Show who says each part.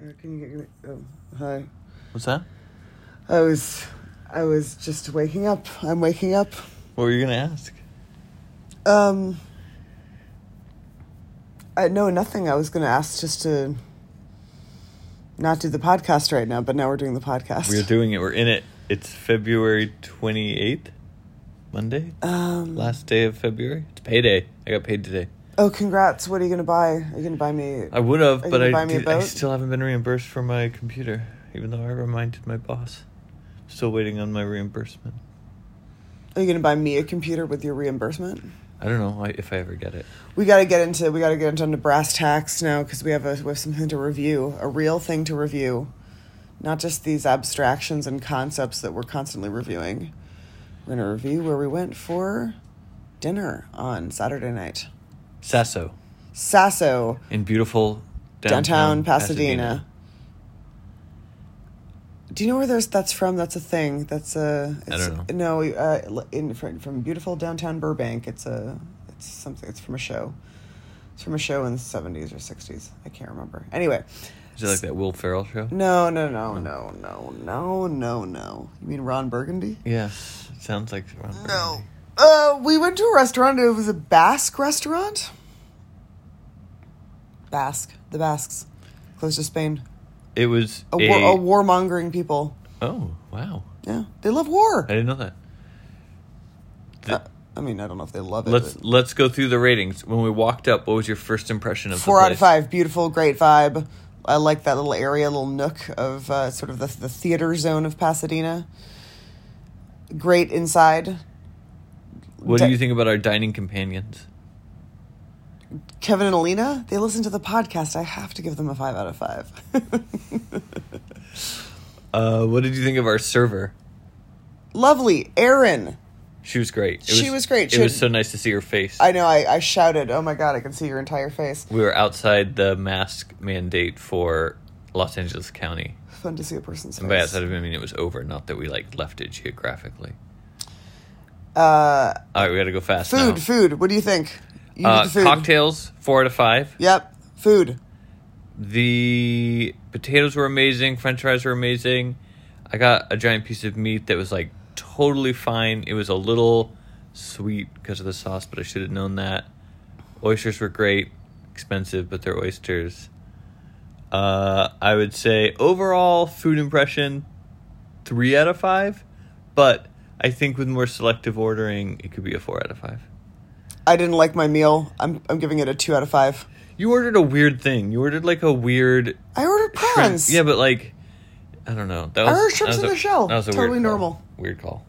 Speaker 1: Uh, Can you get me? Oh, hi.
Speaker 2: What's that?
Speaker 1: I was, I was just waking up. I'm waking up.
Speaker 2: What were you gonna ask?
Speaker 1: Um. I no nothing. I was going to ask just to not do the podcast right now, but now we're doing the podcast.
Speaker 2: We're doing it. We're in it. It's February twenty eighth, Monday.
Speaker 1: um.
Speaker 2: Last day of February. It's payday. I got paid today.
Speaker 1: Oh, congrats! What are you going to buy? Are you going to buy me?
Speaker 2: I would have,
Speaker 1: Are you
Speaker 2: but
Speaker 1: gonna
Speaker 2: I,
Speaker 1: buy me a
Speaker 2: did- I
Speaker 1: boat?
Speaker 2: still haven't been reimbursed for my computer, even though I reminded my boss. Still waiting on my reimbursement.
Speaker 1: Are you going to buy me a computer with your reimbursement?
Speaker 2: I don't know I- if I ever get it.
Speaker 1: We got to get into we got to get into, into brass tacks now because we have a we have something to review, a real thing to review, not just these abstractions and concepts that we're constantly reviewing. We're gonna review where we went for dinner on Saturday night.
Speaker 2: Sasso
Speaker 1: Sasso,
Speaker 2: in beautiful
Speaker 1: downtown, Pasadena. Do you know where there's that's from? That's a thing. That's a.
Speaker 2: I
Speaker 1: It's,
Speaker 2: don't
Speaker 1: know. No, uh, in from, from beautiful downtown Burbank. It's a. It's something. It's from a show. It's from a show in the seventies or sixties. I can't remember. Anyway,
Speaker 2: Is it like that Will Ferrell show?
Speaker 1: no, no, no, no, no, no, no, no. You mean Ron Burgundy?
Speaker 2: Yes. It sounds like. Ron
Speaker 1: No.
Speaker 2: Burgundy.
Speaker 1: Uh, we went to a restaurant. It was a Basque restaurant. Basque, the Basques, close to Spain.
Speaker 2: It was
Speaker 1: A,
Speaker 2: a-
Speaker 1: war, a warmongering people.
Speaker 2: Oh wow!
Speaker 1: Yeah, they love war.
Speaker 2: I didn't know that.
Speaker 1: Uh, I mean, I don't know if they love it.
Speaker 2: Let's
Speaker 1: but-
Speaker 2: let's go through the ratings. When we walked up, what was your first impression of
Speaker 1: Four
Speaker 2: the
Speaker 1: out of
Speaker 2: place?
Speaker 1: five. Beautiful, great vibe. I like that little area, little nook of uh, sort of the, the theater zone of Pasadena. Great inside.
Speaker 2: What
Speaker 1: Di-
Speaker 2: do you think about our dining companions?
Speaker 1: Kevin and Alina, they listen to the podcast. I have to give them a five out of five.
Speaker 2: Uh, what did you think of our server?
Speaker 1: Lovely. Erin.
Speaker 2: She was great. It
Speaker 1: She was great.
Speaker 2: It
Speaker 1: She
Speaker 2: was
Speaker 1: had-
Speaker 2: so nice to see her face.
Speaker 1: I know, I, I shouted, oh my God, I can see your entire face.
Speaker 2: we were outside the mask mandate for Los Angeles County.
Speaker 1: Fun to see a person's
Speaker 2: And by
Speaker 1: face.
Speaker 2: outside, I mean it was over. Not that we like left it geographically.
Speaker 1: Uh,
Speaker 2: All right, we got to go fast now.
Speaker 1: food, food. What do you think? You
Speaker 2: Uh,
Speaker 1: did the food.
Speaker 2: cocktails, four out of five.
Speaker 1: Yep. Food.
Speaker 2: The potatoes were amazing. French fries were amazing. I got a giant piece of meat that was like totally fine. It was a little sweet because of the sauce, but I should have known that. Oysters were great, expensive, but they're oysters. Uh, I would say overall food impression, three out of five, but I think with more selective ordering, it could be a four out of five.
Speaker 1: I didn't like my meal. I'm, I'm giving it a two out of five.
Speaker 2: You ordered a weird thing. You ordered like a weird
Speaker 1: I ordered
Speaker 2: Shrimp-
Speaker 1: prawns.
Speaker 2: Yeah, but like, I don't know. That
Speaker 1: I
Speaker 2: was,
Speaker 1: ordered shrimps
Speaker 2: that was
Speaker 1: in
Speaker 2: a-
Speaker 1: the shell.
Speaker 2: That was a
Speaker 1: Totally
Speaker 2: weird call.
Speaker 1: normal.
Speaker 2: Weird call.